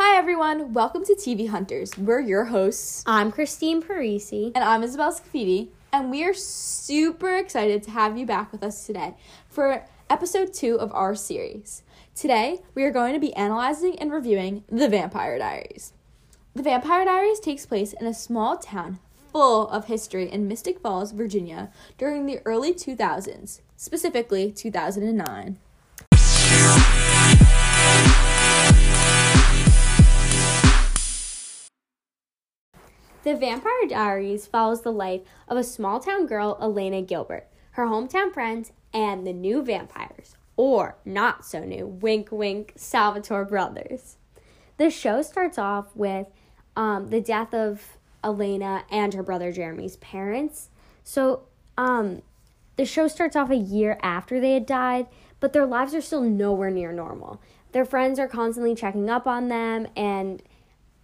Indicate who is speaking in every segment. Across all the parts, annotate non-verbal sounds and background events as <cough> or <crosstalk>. Speaker 1: everyone, welcome to TV Hunters. We're your hosts,
Speaker 2: I'm Christine Parisi.
Speaker 1: and I'm Isabel Scafidi, and we are super excited to have you back with us today for episode two of our series. Today, we are going to be analyzing and reviewing The Vampire Diaries. The Vampire Diaries takes place in a small town full of history in Mystic Falls, Virginia, during the early 2000s, specifically 2009.
Speaker 2: The Vampire Diaries follows the life of a small town girl, Elena Gilbert, her hometown friends, and the new vampires, or not so new, wink wink, Salvatore brothers. The show starts off with um, the death of Elena and her brother Jeremy's parents. So, um, the show starts off a year after they had died, but their lives are still nowhere near normal. Their friends are constantly checking up on them, and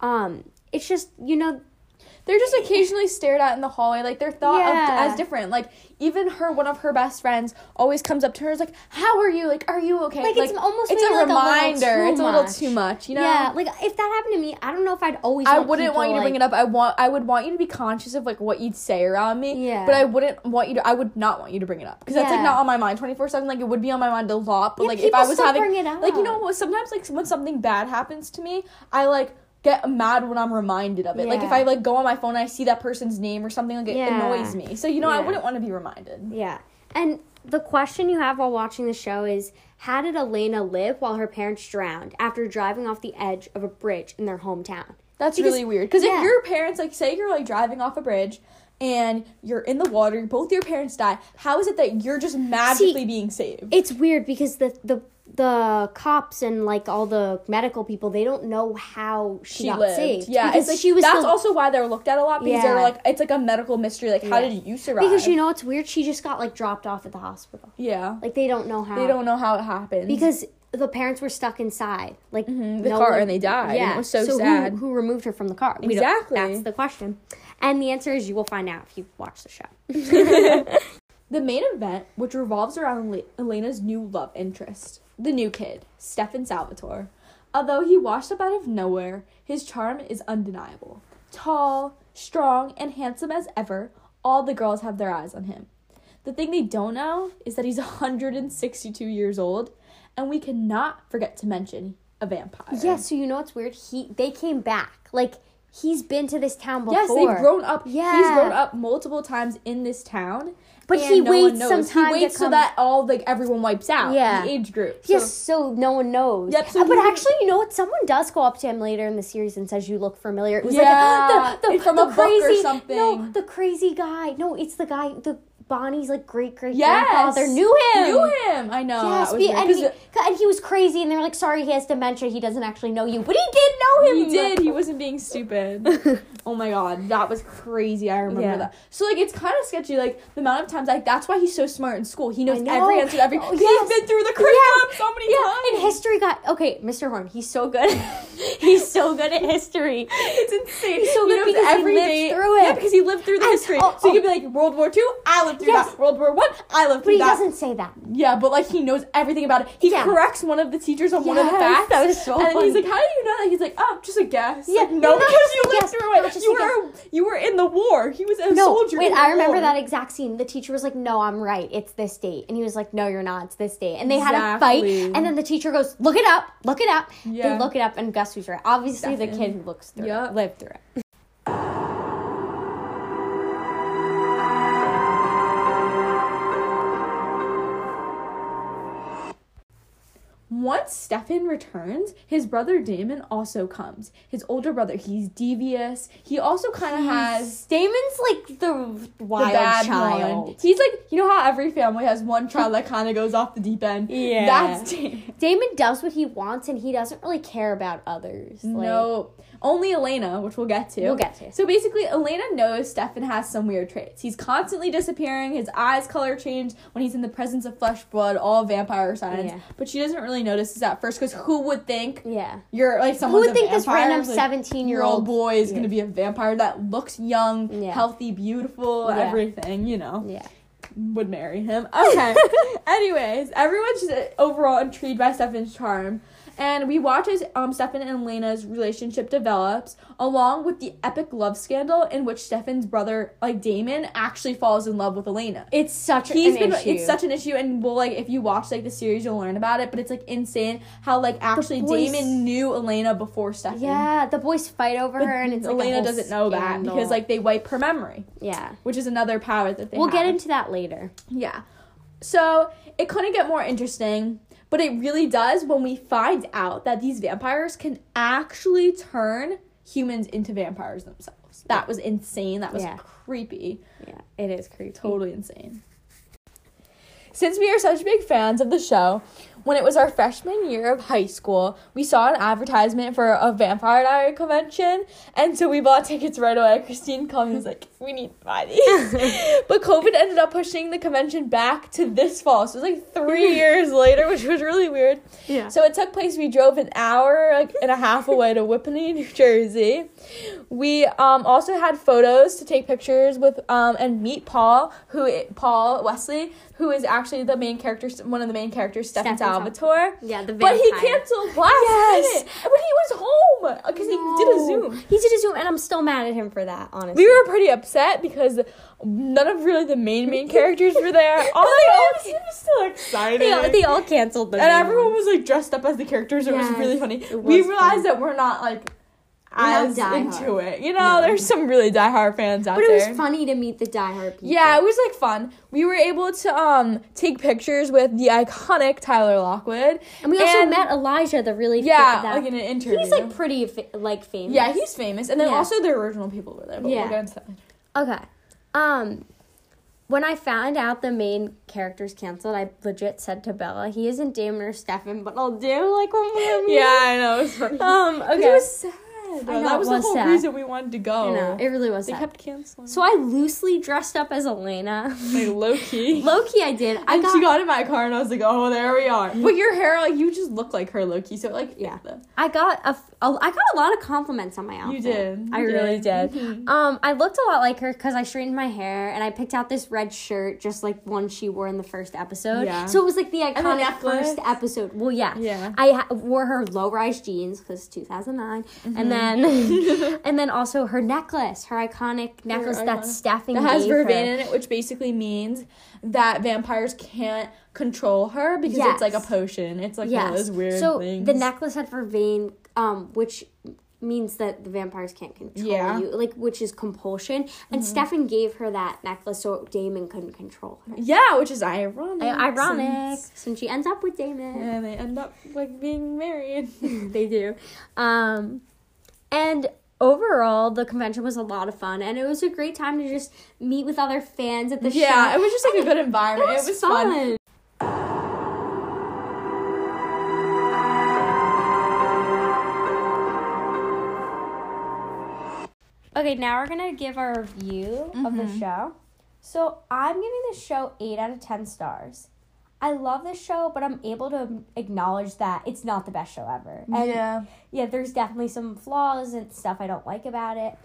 Speaker 2: um, it's just, you know,
Speaker 1: They're just occasionally stared at in the hallway, like they're thought
Speaker 2: Yeah.
Speaker 1: of as different. Like even her, one of her best friends, always comes up to her, is like, "How are you? Like, are you okay?"
Speaker 2: Like, it's almost maybe, like, a little too
Speaker 1: it's a little
Speaker 2: much.
Speaker 1: too much, you know.
Speaker 2: Yeah, like if that happened to me, I don't know if I'd always.
Speaker 1: I wouldn't want you to bring it up. I want I would want you to be conscious of like what you'd say around me.
Speaker 2: Yeah.
Speaker 1: But I wouldn't want you to I would not want you to bring it up. Because that's like
Speaker 2: Yeah.
Speaker 1: not on my mind twenty four seven. Like it would be on my mind a lot. But
Speaker 2: Yeah,
Speaker 1: like if
Speaker 2: people
Speaker 1: I was
Speaker 2: still
Speaker 1: having
Speaker 2: bring it up.
Speaker 1: like you know sometimes like when something bad happens to me, I like get mad when I'm reminded of it. Like if
Speaker 2: Yeah.
Speaker 1: I like go on my phone and I see that person's name or something, like it
Speaker 2: Yeah.
Speaker 1: annoys me. So you know I
Speaker 2: Yeah.
Speaker 1: wouldn't want to be reminded.
Speaker 2: Yeah, and the question you have while watching the show is: How did Elena live while her parents drowned after driving off the edge of a bridge in their hometown?
Speaker 1: That's
Speaker 2: Because-
Speaker 1: really weird. Because
Speaker 2: yeah.
Speaker 1: if your parents, like, say you're like driving off a bridge and you're in the water, both your parents die. How is it that you're just magically being saved?
Speaker 2: It's weird because the the the cops and like all the medical people they don't know how she, got saved.
Speaker 1: Yeah,
Speaker 2: because
Speaker 1: it's like
Speaker 2: she was
Speaker 1: That's
Speaker 2: the-
Speaker 1: also why they're looked at a lot because they're
Speaker 2: Yeah.
Speaker 1: like it's like a medical mystery. Like, how
Speaker 2: Yeah.
Speaker 1: did you survive?
Speaker 2: because you know it's weird. She just got like dropped off at the hospital.
Speaker 1: yeah,
Speaker 2: Like they don't know how
Speaker 1: they don't know how it happened
Speaker 2: because the parents were stuck inside, like
Speaker 1: Mm-hmm, the
Speaker 2: no
Speaker 1: car
Speaker 2: one-
Speaker 1: and they died. Yeah,
Speaker 2: Yeah,
Speaker 1: and it was so,
Speaker 2: who-
Speaker 1: sad.
Speaker 2: Who, removed her from the car? We don't-
Speaker 1: Exactly.
Speaker 2: That's the question, and the answer is you will find out if you watch the show.
Speaker 1: The main event, which revolves around Le- Elena's new love interest, the new kid, Stefan Salvatore. Although he washed up out of nowhere, his charm is undeniable. Tall, strong, and handsome as ever, all the girls have their eyes on him. The thing they don't know is that he's <laughs> 162 years old, and we cannot forget to mention a vampire.
Speaker 2: yeah, so you know what's weird? He they came back. Like he's been to this town before.
Speaker 1: Yes, they've grown up. He's
Speaker 2: Yeah.
Speaker 1: grown up multiple times in this town.
Speaker 2: But
Speaker 1: and
Speaker 2: he
Speaker 1: one
Speaker 2: waits
Speaker 1: knows.
Speaker 2: some time to
Speaker 1: He waits so
Speaker 2: come-
Speaker 1: that all like everyone wipes out.
Speaker 2: Yeah.
Speaker 1: The age group. So-
Speaker 2: Yes, so no one knows.
Speaker 1: Yep, so
Speaker 2: Uh, but
Speaker 1: he-
Speaker 2: actually, you know what? Someone does go up to him later in the series and says, "You look familiar." It was
Speaker 1: Yeah,
Speaker 2: like <gasps> the, the,
Speaker 1: it's from
Speaker 2: the
Speaker 1: a book or
Speaker 2: crazy,
Speaker 1: something.
Speaker 2: No, the crazy guy. No, it's the guy. The Bonnie's like great great
Speaker 1: yes.
Speaker 2: grandfather knew him.
Speaker 1: Knew him. I know.
Speaker 2: Yes,
Speaker 1: that Uh, was
Speaker 2: be-
Speaker 1: weird,
Speaker 2: and,
Speaker 1: 'cause
Speaker 2: he, and he was crazy, and they're like, sorry, he has dementia, he doesn't actually know you. But he did know him!
Speaker 1: He did. He wasn't being stupid.
Speaker 2: <laughs>
Speaker 1: oh my god, that was crazy. I remember
Speaker 2: Yeah.
Speaker 1: that. So like, it's kind of sketchy. Like the amount of times, like that's why he's so smart in school. He knows
Speaker 2: I know.
Speaker 1: every answer. to Every
Speaker 2: Oh,
Speaker 1: he's
Speaker 2: yes.
Speaker 1: been through the curriculum so many
Speaker 2: Yeah,
Speaker 1: times.
Speaker 2: and history got. Okay, Mr. Horn, he's so good. <laughs> he's so good at history.
Speaker 1: It's insane.
Speaker 2: He's so
Speaker 1: He
Speaker 2: good
Speaker 1: knows
Speaker 2: because he
Speaker 1: every
Speaker 2: lived
Speaker 1: day-
Speaker 2: through
Speaker 1: Yeah,
Speaker 2: it.
Speaker 1: because he lived through the
Speaker 2: And-
Speaker 1: history.
Speaker 2: oh,
Speaker 1: so you
Speaker 2: oh.
Speaker 1: could be like World War Two. I lived through
Speaker 2: Yes.
Speaker 1: that. World War One. I lived
Speaker 2: But
Speaker 1: through
Speaker 2: he
Speaker 1: that.
Speaker 2: doesn't say that.
Speaker 1: Yeah, but like he knows everything about it. He
Speaker 2: Yeah.
Speaker 1: corrects one of the teachers on one of the
Speaker 2: Yes,
Speaker 1: facts.
Speaker 2: that was so
Speaker 1: And then he's
Speaker 2: funny.
Speaker 1: like, "How do you know that?" He's like, "Oh, just a guess."
Speaker 2: Yeah,
Speaker 1: like, no,
Speaker 2: no,
Speaker 1: because
Speaker 2: just
Speaker 1: you
Speaker 2: a
Speaker 1: lived
Speaker 2: guess.
Speaker 1: through it.
Speaker 2: No, just
Speaker 1: you
Speaker 2: a
Speaker 1: were you were in the war. He was a
Speaker 2: No,
Speaker 1: soldier.
Speaker 2: wait,
Speaker 1: in the
Speaker 2: I remember
Speaker 1: war.
Speaker 2: that exact scene. The teacher was like, no, I'm right, it's this date. And he was like, no, you're not, it's this date. And they had a
Speaker 1: Exactly.
Speaker 2: fight, and then the teacher goes, look it up, look it up.
Speaker 1: Yeah.
Speaker 2: They look it up, and guess who's right? Obviously, the
Speaker 1: Stefan.
Speaker 2: kid who looks through
Speaker 1: Yeah.
Speaker 2: it, lived through it.
Speaker 1: Once Stefan returns, his brother Damon also comes. His older brother, he's devious. He also kind of has
Speaker 2: Damon's like the
Speaker 1: the
Speaker 2: wild
Speaker 1: bad
Speaker 2: child.
Speaker 1: one. He's like, you know how every family has one child that kind of goes off the deep end.
Speaker 2: Yeah.
Speaker 1: that's Damon.
Speaker 2: Damon does what he wants and he doesn't really care about others. Like,
Speaker 1: No, only Elena, which we'll get to.
Speaker 2: We'll get to.
Speaker 1: So basically, Elena knows Stefan has some weird traits. He's constantly disappearing. His eyes color change when he's in the presence of flesh, blood, all vampire signs.
Speaker 2: Yeah.
Speaker 1: But she doesn't really notice this at first because who would think
Speaker 2: Yeah.
Speaker 1: you're like
Speaker 2: Who
Speaker 1: someone's
Speaker 2: would think
Speaker 1: a
Speaker 2: this
Speaker 1: vampire?
Speaker 2: random
Speaker 1: Like,
Speaker 2: 17 year
Speaker 1: Your old
Speaker 2: old
Speaker 1: boy is
Speaker 2: Yeah.
Speaker 1: gonna be a vampire that looks young,
Speaker 2: Yeah.
Speaker 1: healthy, beautiful,
Speaker 2: Yeah.
Speaker 1: everything, you know.
Speaker 2: Yeah.
Speaker 1: would
Speaker 2: <laughs>
Speaker 1: uh, marry him. Okay. Anyways, everyone's just overall intrigued by Stefan's charm. And we watch as um, Stefan and Elena's relationship develops, along with the epic love scandal in which Stefan's brother, like Damon, actually falls in love with Elena.
Speaker 2: It's such
Speaker 1: He's
Speaker 2: an
Speaker 1: been
Speaker 2: issue.
Speaker 1: it's such an issue and well like if you watch like the series you'll learn about it, but it's like insane how like actually
Speaker 2: boys-
Speaker 1: Damon knew Elena before Stefan.
Speaker 2: yeah, the boys fight over her, and it's like, a
Speaker 1: Elena
Speaker 2: whole
Speaker 1: doesn't know that
Speaker 2: scandal.
Speaker 1: because like they wipe her memory,
Speaker 2: yeah,
Speaker 1: which is another power that they
Speaker 2: we'll get
Speaker 1: have.
Speaker 2: into that later.
Speaker 1: Yeah. So it couldn't get more interesting, but it really does when we find out that these vampires can actually turn humans into vampires themselves. That was insane. That was
Speaker 2: Yeah.
Speaker 1: creepy.
Speaker 2: Yeah, it is creepy.
Speaker 1: Totally insane. Since we are such big fans of the show, when it was our freshman year of high school, we saw an advertisement for a Vampire Diary convention, and so we bought tickets right away. Christine called me and was like, We need to buy these. but COVID ended up pushing the convention back to this fall. So it was like three years later, which was really weird.
Speaker 2: Yeah.
Speaker 1: So it took place. We drove an hour like, and a half away to Whippany, New Jersey. We um, also had photos to take pictures with um, and meet Paul, who i- Paul Wesley, who is actually the main character, one of the main characters, Stefan
Speaker 2: Stefan
Speaker 1: Salvatore.
Speaker 2: Yeah, the
Speaker 1: But he
Speaker 2: vampire.
Speaker 1: canceled last
Speaker 2: Yes.
Speaker 1: minute when he was home because he did a
Speaker 2: No.
Speaker 1: Zoom.
Speaker 2: He did a Zoom, and I'm still mad at him for that. Honestly,
Speaker 1: We were pretty upset because none of really the main main characters were
Speaker 2: <laughs>
Speaker 1: there. All they all-
Speaker 2: Everyone
Speaker 1: still excited.
Speaker 2: they, all, they all canceled the
Speaker 1: and
Speaker 2: Zoom.
Speaker 1: everyone was like dressed up as the characters. It was
Speaker 2: Yes,
Speaker 1: really funny.
Speaker 2: it
Speaker 1: We
Speaker 2: was
Speaker 1: realized
Speaker 2: fun.
Speaker 1: that we're not like
Speaker 2: not
Speaker 1: as
Speaker 2: diehard.
Speaker 1: into it. You know,
Speaker 2: No.
Speaker 1: there's some really diehard fans out
Speaker 2: But it
Speaker 1: there.
Speaker 2: was funny to meet the diehard people.
Speaker 1: Yeah, it was like fun. We were able to um take pictures with the iconic Tyler Lockwood,
Speaker 2: and we also met Elijah, the really
Speaker 1: yeah,
Speaker 2: that,
Speaker 1: like in an interview.
Speaker 2: he's like pretty fa- like famous.
Speaker 1: yeah, he's famous, and then
Speaker 2: Yeah.
Speaker 1: also the original people were there. But
Speaker 2: Yeah.
Speaker 1: we'll get into that. later.
Speaker 2: Okay. Um when I found out the main character's canceled, I legit said to Bella, he isn't Damon or Stefan, but I'll do like one more meeting."
Speaker 1: Yeah, I know. It was funny. <laughs>
Speaker 2: Um,
Speaker 1: Because
Speaker 2: okay.
Speaker 1: It was sad.
Speaker 2: know,
Speaker 1: that
Speaker 2: it
Speaker 1: was,
Speaker 2: was
Speaker 1: the whole
Speaker 2: sad.
Speaker 1: reason we wanted to go.
Speaker 2: I know, it really was
Speaker 1: they
Speaker 2: sad.
Speaker 1: kept canceling.
Speaker 2: So I loosely dressed up as Elena. <laughs>
Speaker 1: like low key.
Speaker 2: Low key I did. I
Speaker 1: and
Speaker 2: got,
Speaker 1: she got in my car and I was like, oh, there we are. But your hair, like, you just look like her, low key. So, like,
Speaker 2: Yeah.
Speaker 1: the-
Speaker 2: I got a, f- a- I got a lot of compliments on my outfit.
Speaker 1: You did.
Speaker 2: I
Speaker 1: You
Speaker 2: really
Speaker 1: did. Mm-hmm.
Speaker 2: did. Um, I looked a lot like her because I straightened my hair and I picked out this red shirt, just like one she wore in the first episode.
Speaker 1: Yeah.
Speaker 2: So it was like the
Speaker 1: the
Speaker 2: iconic
Speaker 1: necklace.
Speaker 2: first episode. Well, yeah.
Speaker 1: Yeah.
Speaker 2: I ha- wore her low rise jeans because 2009,
Speaker 1: Mm-hmm. <laughs>
Speaker 2: and then and then also her necklace, her iconic necklace
Speaker 1: iconic-
Speaker 2: that Stefan
Speaker 1: That has
Speaker 2: gave her.
Speaker 1: vervain in it, which basically means that vampires can't control her because it's like a
Speaker 2: Yes.
Speaker 1: potion. It's like one of those weird
Speaker 2: so
Speaker 1: things.
Speaker 2: the necklace had vervain, um, which means that the vampires can't control
Speaker 1: Yeah.
Speaker 2: you, like which is compulsion. And Stefan gave her that necklace so Damon couldn't control her.
Speaker 1: Yeah, which is ironic.
Speaker 2: Ironic,
Speaker 1: since-
Speaker 2: since she ends up with <laughs> Damon.
Speaker 1: and they end up like being
Speaker 2: <laughs>
Speaker 1: married.
Speaker 2: they do, um, and. Overall, the convention was a lot of fun, and it was a great time to just meet with other fans at the show.
Speaker 1: yeah, it was just
Speaker 2: <laughs>
Speaker 1: like a good environment. It was, fun.
Speaker 2: Okay, now we're gonna give our review of the
Speaker 1: Mm-hmm.
Speaker 2: show. So I'm giving the show eight out of ten stars. I love this show, but I'm able to acknowledge that it's not the best show ever. And
Speaker 1: Yeah.
Speaker 2: yeah, there's definitely some flaws and stuff I don't like about it.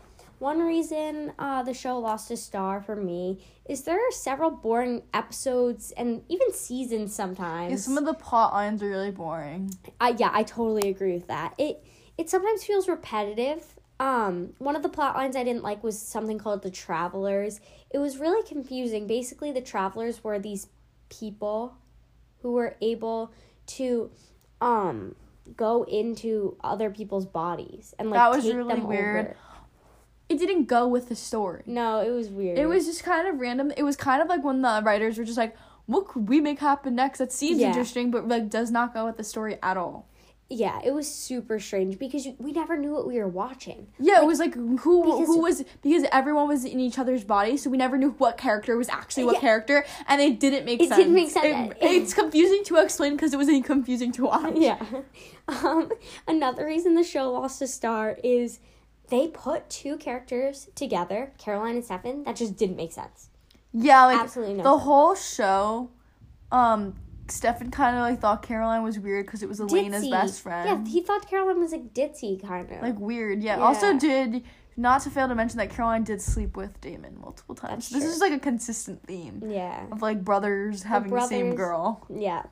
Speaker 2: One reason uh, the show lost a star for me is there are several boring episodes and even seasons sometimes.
Speaker 1: of the plot lines are really boring.
Speaker 2: I yeah, I totally agree with that. It it sometimes feels repetitive. Um, one of the plot lines I didn't like was something called the Travelers. It was really confusing. Basically, the Travelers were these people who were able to um go into other people's bodies and like
Speaker 1: That was
Speaker 2: take
Speaker 1: really
Speaker 2: them
Speaker 1: weird.
Speaker 2: over.
Speaker 1: It didn't go with the story.
Speaker 2: No, it was weird.
Speaker 1: It was just kind of random. It was kind of like when the writers were just like, what could we make happen next? That seems
Speaker 2: Yeah.
Speaker 1: interesting, but like does not go with the story at all.
Speaker 2: yeah, it was super strange because you, we never knew what we were watching.
Speaker 1: Yeah, it was like who who
Speaker 2: because-
Speaker 1: was because everyone was in each other's body, so we never knew what character was actually what
Speaker 2: Yeah.
Speaker 1: character, and it didn't make
Speaker 2: It
Speaker 1: sense.
Speaker 2: didn't make sense.
Speaker 1: It- it's confusing to explain because it was confusing to watch.
Speaker 2: Yeah. <laughs> Um, another reason the show lost a star is they put two characters together, Caroline and Stefan, that just didn't make sense.
Speaker 1: Yeah, like
Speaker 2: Absolutely no
Speaker 1: the
Speaker 2: sense.
Speaker 1: whole show, um, Stefan kind of like thought Caroline was weird because it was Elena's
Speaker 2: Ditzy.
Speaker 1: best friend.
Speaker 2: Yeah, he thought Caroline was like ditzy, kind of.
Speaker 1: like weird. Yeah. Also,
Speaker 2: Yeah.
Speaker 1: did not to fail to mention that Caroline did sleep with Damon multiple times.
Speaker 2: That's
Speaker 1: this
Speaker 2: true.
Speaker 1: is like a consistent theme
Speaker 2: yeah.
Speaker 1: of like brothers having the same
Speaker 2: brothers.
Speaker 1: girl.
Speaker 2: Yeah.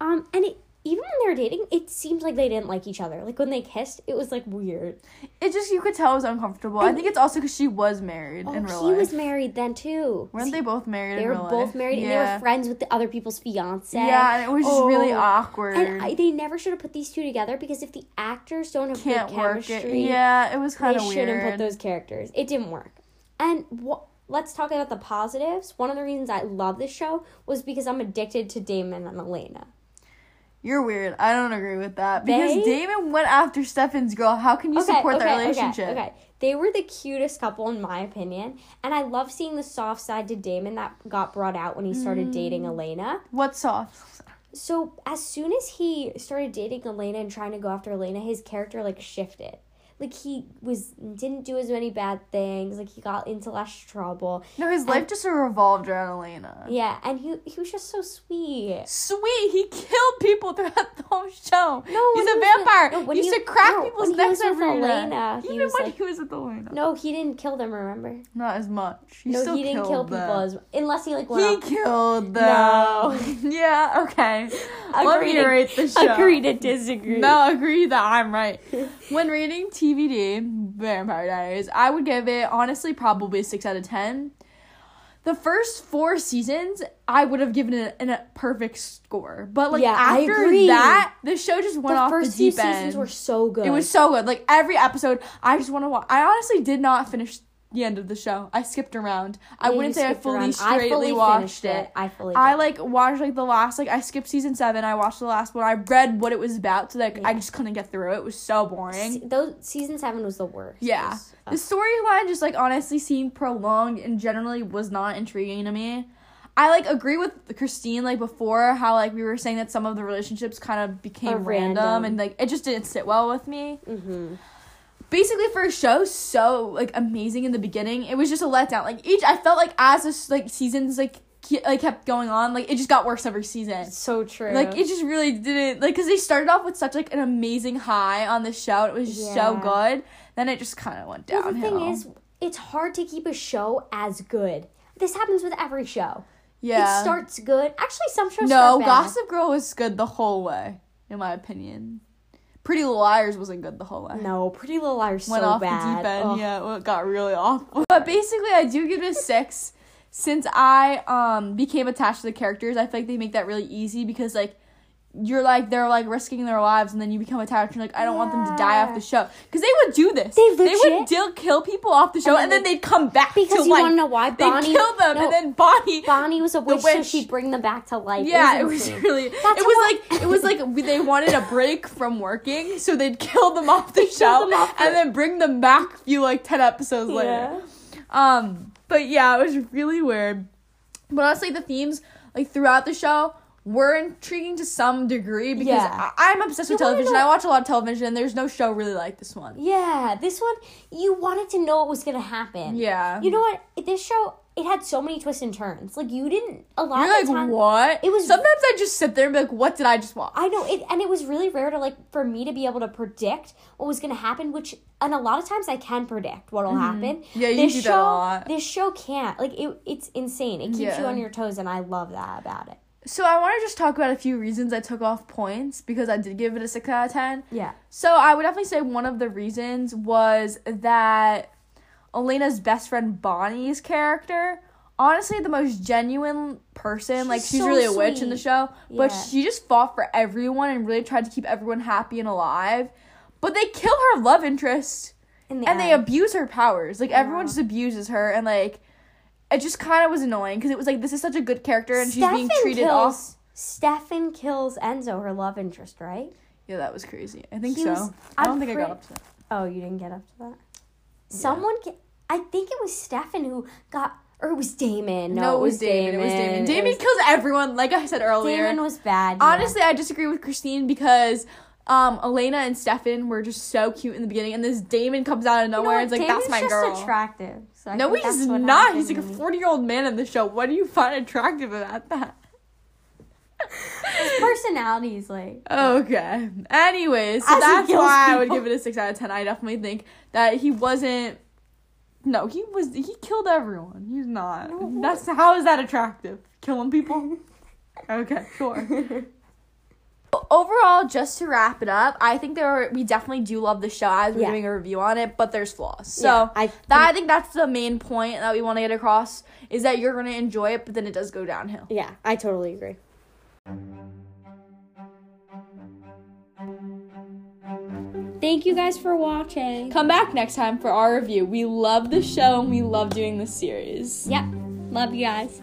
Speaker 2: Um, and it, even when they were dating, it seems like they didn't like each other. Like when they kissed, it was like weird.
Speaker 1: It just you could tell it was uncomfortable. I think it's also because she was married in real
Speaker 2: he
Speaker 1: life.
Speaker 2: Oh, was married then too.
Speaker 1: Weren't they both married?
Speaker 2: They
Speaker 1: in
Speaker 2: were
Speaker 1: real
Speaker 2: both
Speaker 1: life?
Speaker 2: married
Speaker 1: yeah.
Speaker 2: and they were friends with the other people's fiance.
Speaker 1: Yeah, and it was just really
Speaker 2: Oh.
Speaker 1: awkward.
Speaker 2: And I, they never should have put these two together because if the actors don't have
Speaker 1: Can't
Speaker 2: good
Speaker 1: work
Speaker 2: chemistry,
Speaker 1: it. Yeah, it was
Speaker 2: they
Speaker 1: kind of
Speaker 2: shouldn't
Speaker 1: weird.
Speaker 2: put those characters. It didn't work. And wha- let's talk about the positives. One of the reasons I love this show was because I'm addicted to Damon and Elena.
Speaker 1: You're weird. I don't agree with that because
Speaker 2: They-
Speaker 1: Damon went after Stefan's girl. How can you support their relationship?
Speaker 2: Okay, okay. They were the cutest couple in my opinion, and I love seeing the soft side to Damon that got brought out when he started
Speaker 1: Mm.
Speaker 2: dating Elena.
Speaker 1: What's soft?
Speaker 2: So as soon as he started dating Elena and trying to go after Elena, his character like shifted. Like he was didn't do as many bad things. Like he got into less trouble.
Speaker 1: No, his life just revolved around Elena.
Speaker 2: Yeah, and he he was just so sweet.
Speaker 1: Sweet, he killed people throughout the whole show. he's
Speaker 2: No, when
Speaker 1: a
Speaker 2: he was with-
Speaker 1: vampire.
Speaker 2: no, when
Speaker 1: he used
Speaker 2: he-
Speaker 1: to crack
Speaker 2: no,
Speaker 1: people's
Speaker 2: when he was
Speaker 1: necks over
Speaker 2: with
Speaker 1: Elena.
Speaker 2: Elena, he
Speaker 1: Even
Speaker 2: was
Speaker 1: when
Speaker 2: like-
Speaker 1: he was with Elena,
Speaker 2: No, he didn't kill them. Remember?
Speaker 1: not as much. He
Speaker 2: no,
Speaker 1: still
Speaker 2: he didn't
Speaker 1: killed
Speaker 2: kill people
Speaker 1: them.
Speaker 2: as unless he like went.
Speaker 1: He
Speaker 2: off-
Speaker 1: killed them. <laughs>
Speaker 2: No.
Speaker 1: yeah, okay.
Speaker 2: <laughs>
Speaker 1: Let
Speaker 2: Agree
Speaker 1: me
Speaker 2: to-
Speaker 1: rate the
Speaker 2: <laughs>
Speaker 1: show.
Speaker 2: Agree to disagree.
Speaker 1: No, agree that I'm right. when rating TVD, Vampire Diaries, I would give it honestly probably 6 out of 10. The first four seasons, I would have given it an, a perfect score. But like
Speaker 2: Yeah, I
Speaker 1: after
Speaker 2: agree.
Speaker 1: that, the show just
Speaker 2: the
Speaker 1: went off
Speaker 2: first
Speaker 1: the deep
Speaker 2: few seasons
Speaker 1: end.
Speaker 2: were so good.
Speaker 1: it was so good. Like every episode, I just want to watch. I honestly did not finish the end of the show. I skipped around. I
Speaker 2: Yeah, you
Speaker 1: wouldn't say I
Speaker 2: skipped
Speaker 1: fully
Speaker 2: around. I
Speaker 1: straightly
Speaker 2: fully
Speaker 1: watched
Speaker 2: finished
Speaker 1: it.
Speaker 2: I fully.
Speaker 1: I
Speaker 2: did.
Speaker 1: like watched like the last like I skipped season seven. I watched the last one. I read what it was about, so like I
Speaker 2: Yeah.
Speaker 1: just couldn't get through it. It was so
Speaker 2: Se-
Speaker 1: boring.
Speaker 2: those season seven was the worst.
Speaker 1: Yeah,
Speaker 2: It
Speaker 1: the
Speaker 2: was-
Speaker 1: storyline just like honestly seemed prolonged and generally was not intriguing to me. I like agree with Christine like before how like we were saying that some of the relationships kind of became
Speaker 2: Are
Speaker 1: random,
Speaker 2: random.
Speaker 1: and like it just didn't sit well with me. <laughs>
Speaker 2: Mhm.
Speaker 1: Basically, for a show so like amazing in the beginning, it was just a letdown. Like each, I felt like as this like seasons like ke- like kept going on, like it just got worse every season.
Speaker 2: So true.
Speaker 1: Like it just really didn't like because they started off with such like an amazing high on the show. It was just so
Speaker 2: Yeah.
Speaker 1: good. Then it just kind of went
Speaker 2: Well, the
Speaker 1: downhill.
Speaker 2: thing is, it's hard to keep a show as good. This happens with every show.
Speaker 1: yeah,
Speaker 2: It starts good. Actually, some
Speaker 1: no.
Speaker 2: shows start bad.
Speaker 1: Gossip Girl was good the whole way, in my opinion. Pretty Little Liars wasn't good the whole way.
Speaker 2: No, Pretty Little Liars
Speaker 1: went
Speaker 2: so
Speaker 1: off
Speaker 2: bad.
Speaker 1: the deep end.
Speaker 2: Ugh.
Speaker 1: Yeah, well, it got really <laughs> awful. But basically, I do give it a six. Since I um became attached to the characters, I feel like they make that really easy because like you're like they're like risking their lives, and then you become attached. And like I don't want them to die off
Speaker 2: Yeah.
Speaker 1: the show because they would do this.
Speaker 2: They
Speaker 1: would
Speaker 2: legit-
Speaker 1: deal, kill people off the show, and
Speaker 2: then
Speaker 1: then, they'd come back
Speaker 2: Because
Speaker 1: to
Speaker 2: you
Speaker 1: life.
Speaker 2: want to know why
Speaker 1: They'd
Speaker 2: Bonnie?
Speaker 1: kill them,
Speaker 2: no,
Speaker 1: and then Bonnie.
Speaker 2: Bonnie was a witch, so
Speaker 1: witch-
Speaker 2: she'd bring them back to life.
Speaker 1: yeah, it was
Speaker 2: insane.
Speaker 1: really. It was like it was like they wanted a break from working, so they'd kill them off the show,
Speaker 2: them off
Speaker 1: and then bring them back a few like ten episodes later.
Speaker 2: Yeah.
Speaker 1: Um, but yeah, it was really weird. But honestly, the themes like throughout the show were intriguing to some degree because
Speaker 2: Yeah.
Speaker 1: I- I'm obsessed with
Speaker 2: You wanna
Speaker 1: television.
Speaker 2: know-
Speaker 1: I watch a lot of television, and there's no show really like this one.
Speaker 2: Yeah, this one you wanted to know what was gonna happen.
Speaker 1: Yeah,
Speaker 2: You know what? This show it had so many twists and turns. Like you didn't a lot
Speaker 1: are
Speaker 2: of
Speaker 1: like
Speaker 2: the time.
Speaker 1: what?
Speaker 2: it was-
Speaker 1: sometimes I just sit there and be like, what did I just watch?
Speaker 2: I know it, and it was really rare to like for me to be able to predict what was going to happen. Which, and a lot of times I can predict what'll happen.
Speaker 1: Mm-hmm. Yeah, you do that a
Speaker 2: show,
Speaker 1: lot.
Speaker 2: This show can't. Like it, it's insane. It keeps
Speaker 1: Yeah.
Speaker 2: you on your toes, and I love that about it.
Speaker 1: So I want to just talk about a few reasons I took off points because I did give it a six out of ten.
Speaker 2: Yeah,
Speaker 1: So I would definitely say one of the reasons was that Elena's best friend Bonnie's character, honestly the most genuine person. like she's
Speaker 2: so
Speaker 1: really a witch in the
Speaker 2: sweet.
Speaker 1: show, but
Speaker 2: Yeah.
Speaker 1: she just fought for everyone and really tried to keep everyone happy and alive. But they kill her love interest
Speaker 2: in the
Speaker 1: and they
Speaker 2: end.
Speaker 1: abuse her powers. Like everyone just abuses her and like it just kind of was annoying because it was like this is such a good character and she's being
Speaker 2: Stefan
Speaker 1: treated
Speaker 2: kills,
Speaker 1: off.
Speaker 2: Stefan kills Enzo, her love interest, right?
Speaker 1: Yeah, that was crazy. I think
Speaker 2: He
Speaker 1: so.
Speaker 2: was-
Speaker 1: I don't
Speaker 2: I'm
Speaker 1: think I
Speaker 2: pretty-
Speaker 1: got up to that.
Speaker 2: Oh, you didn't get up to that. Someone, ca- I think it was Stefan who got, or it was Damon. No, it was Damon.
Speaker 1: It was Damon.
Speaker 2: It
Speaker 1: Damon
Speaker 2: was-
Speaker 1: kills everyone, like I said earlier.
Speaker 2: Damon was bad. yeah.
Speaker 1: Honestly, I disagree with Christine because um, Elena and Stefan were just so cute in the beginning, and this Damon comes out of
Speaker 2: You know
Speaker 1: nowhere.
Speaker 2: what?
Speaker 1: and it's like
Speaker 2: Damon's
Speaker 1: that's my
Speaker 2: just
Speaker 1: girl.
Speaker 2: attractive. So I
Speaker 1: no,
Speaker 2: think
Speaker 1: he's
Speaker 2: that's what
Speaker 1: not.
Speaker 2: happened
Speaker 1: He's like a
Speaker 2: to me.
Speaker 1: forty-year-old man in the show. What do you find attractive about
Speaker 2: <laughs>
Speaker 1: that?
Speaker 2: personalities like
Speaker 1: Okay. Anyways, so
Speaker 2: As he
Speaker 1: that's
Speaker 2: kills
Speaker 1: why I would
Speaker 2: people.
Speaker 1: give it a six out of ten. I definitely think that he wasn't. No, he was. He killed everyone. He's not.
Speaker 2: No. <laughs>
Speaker 1: That's how is that attractive? Killing people. okay, sure. Overall, just to wrap it up, I think there are, we definitely do love the show as we're
Speaker 2: Yeah.
Speaker 1: doing a review on it, but there's flaws. So
Speaker 2: Yeah, I
Speaker 1: that, I think that's the main point that we want to get across is that you're gonna enjoy it, but then it does go downhill.
Speaker 2: Yeah, I totally agree. Thank you guys for watching.
Speaker 3: Come back next time for our review. We love the show and we love doing this series.
Speaker 2: Yep. Love you guys.